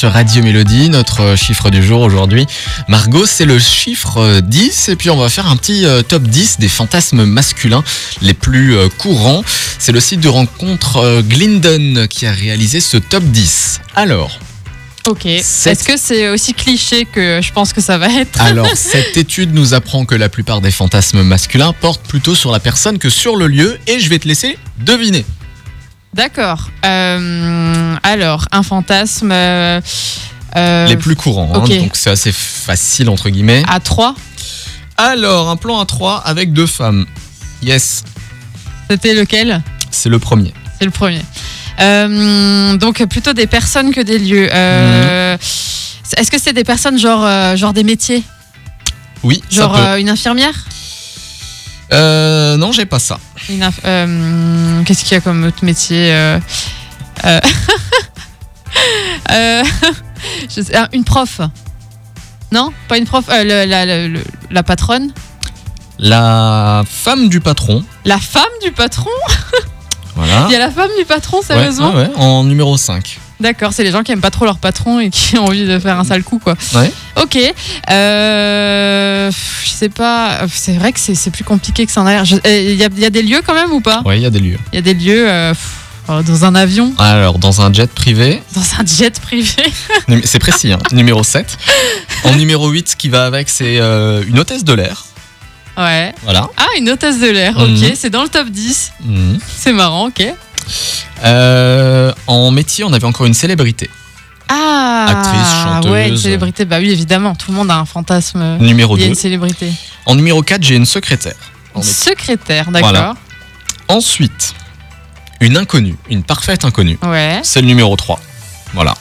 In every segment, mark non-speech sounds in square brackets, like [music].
Sur Radio Mélodie, notre euh, chiffre du jour aujourd'hui. Margot, c'est le chiffre euh, 10 et puis on va faire un petit euh, top 10 des fantasmes masculins les plus euh, courants. C'est le site de rencontre euh, Glindon qui a réalisé ce top 10. [laughs] Alors, Ok. Sept. Est-ce que c'est aussi cliché que je pense que ça va être alors cette étude nous apprend que la plupart des fantasmes masculins portent plutôt sur la personne que sur le lieu et je vais te laisser deviner. D'accord. Euh, alors, un fantasme euh, euh, les plus courants, hein, ok. donc c'est assez facile entre guillemets. à 3. Alors, un plan à 3 avec deux femmes. Yes, C'était lequel c'est le premier. C'est le premier. Euh, donc, plutôt des personnes que des lieux. Mhm. Euh, Est-ce que c'est des personnes genre, euh, genre des métiers Oui, Genre ça peut. euh, une infirmière Euh, non, j'ai pas ça. Une inf- euh, Qu'est-ce qu'il y a comme autre métier euh, euh, [laughs] euh, [laughs] je sais- ah, Une prof Non Pas une prof euh, le- la, le- le- la patronne La femme du patron. La femme du patron Voilà. Il y a la femme du patron, Ah. Ouais, sérieusement ouais, ouais, en numéro 5. D'accord, c'est les gens qui aiment pas trop leur patron et qui ont envie de faire un sale coup, quoi. Ouais. Ok. Euh, pff, je sais pas. C'est vrai que c'est c'est plus compliqué que ça en a l'air. Je- eh, Il y, a- il y a des lieux quand même ou pas Ouais, il y a des lieux. Il y a des lieux euh, pff, dans un avion, Alors, dans un jet privé, [laughs] dans un jet privé. [laughs] numé- c'est précis, hein, numéro 7. En numéro 8, ce qui va avec, c'est euh, une hôtesse de l'air. Ouais. Voilà. Ah, une hôtesse de l'air, Mhm. ok. C'est dans le top 10. Mhm. C'est marrant, ok. Euh, en métier, on avait encore une célébrité. Ah Actrice, chanteuse. Ouais, une célébrité. Bah oui, évidemment, tout le monde a un fantasme. Numéro Il y a 2. une célébrité. En numéro 4, j'ai une secrétaire. En Une métier. secrétaire, d'accord. Voilà. Ensuite, une inconnue, une parfaite inconnue. Ouais. C'est le numéro 3. Voilà.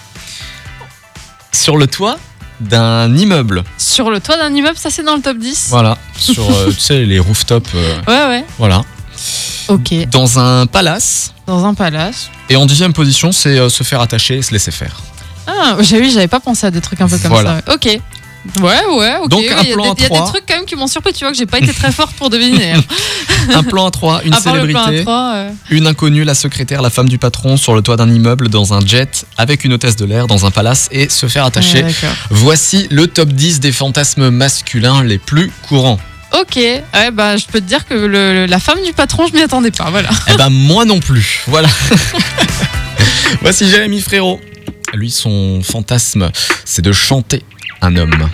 Sur le toit d'un immeuble. Sur le toit d'un immeuble, ça c'est dans le top 10. Voilà. Sur, euh, tu sais, les rooftops. euh, Ouais, ouais. voilà. Ok. Dans un palace. Dans un palace. Et en dixième position, c'est euh, se faire attacher et se laisser [laughs] faire. Ah, j'ai oui, j'avais pas pensé à des trucs un peu comme Voilà. ça. Ok. Ouais, ouais, ok. Donc, oui, un il y a plan des- il y, a trois. des trucs quand même qui m'ont surpris, tu vois, que j'ai pas été très forte [laughs] pour deviner. hein. Un plan à trois, une à part le plan euh. célébrité, 3. une inconnue, la secrétaire, la femme du patron, sur le toit d'un immeuble, dans un jet, avec une hôtesse de l'air, dans un palace et se faire attacher. d'accord. Voici le top 10 des fantasmes masculins les plus courants. Ok, ouais, bah, je peux te dire que le- le- la femme du patron, je m'y attendais pas, voilà. Eh ben [laughs] moi non plus, voilà. [laughs] Voici Jérémy Frérot. Lui, son fantasme, c'est de chanter un homme.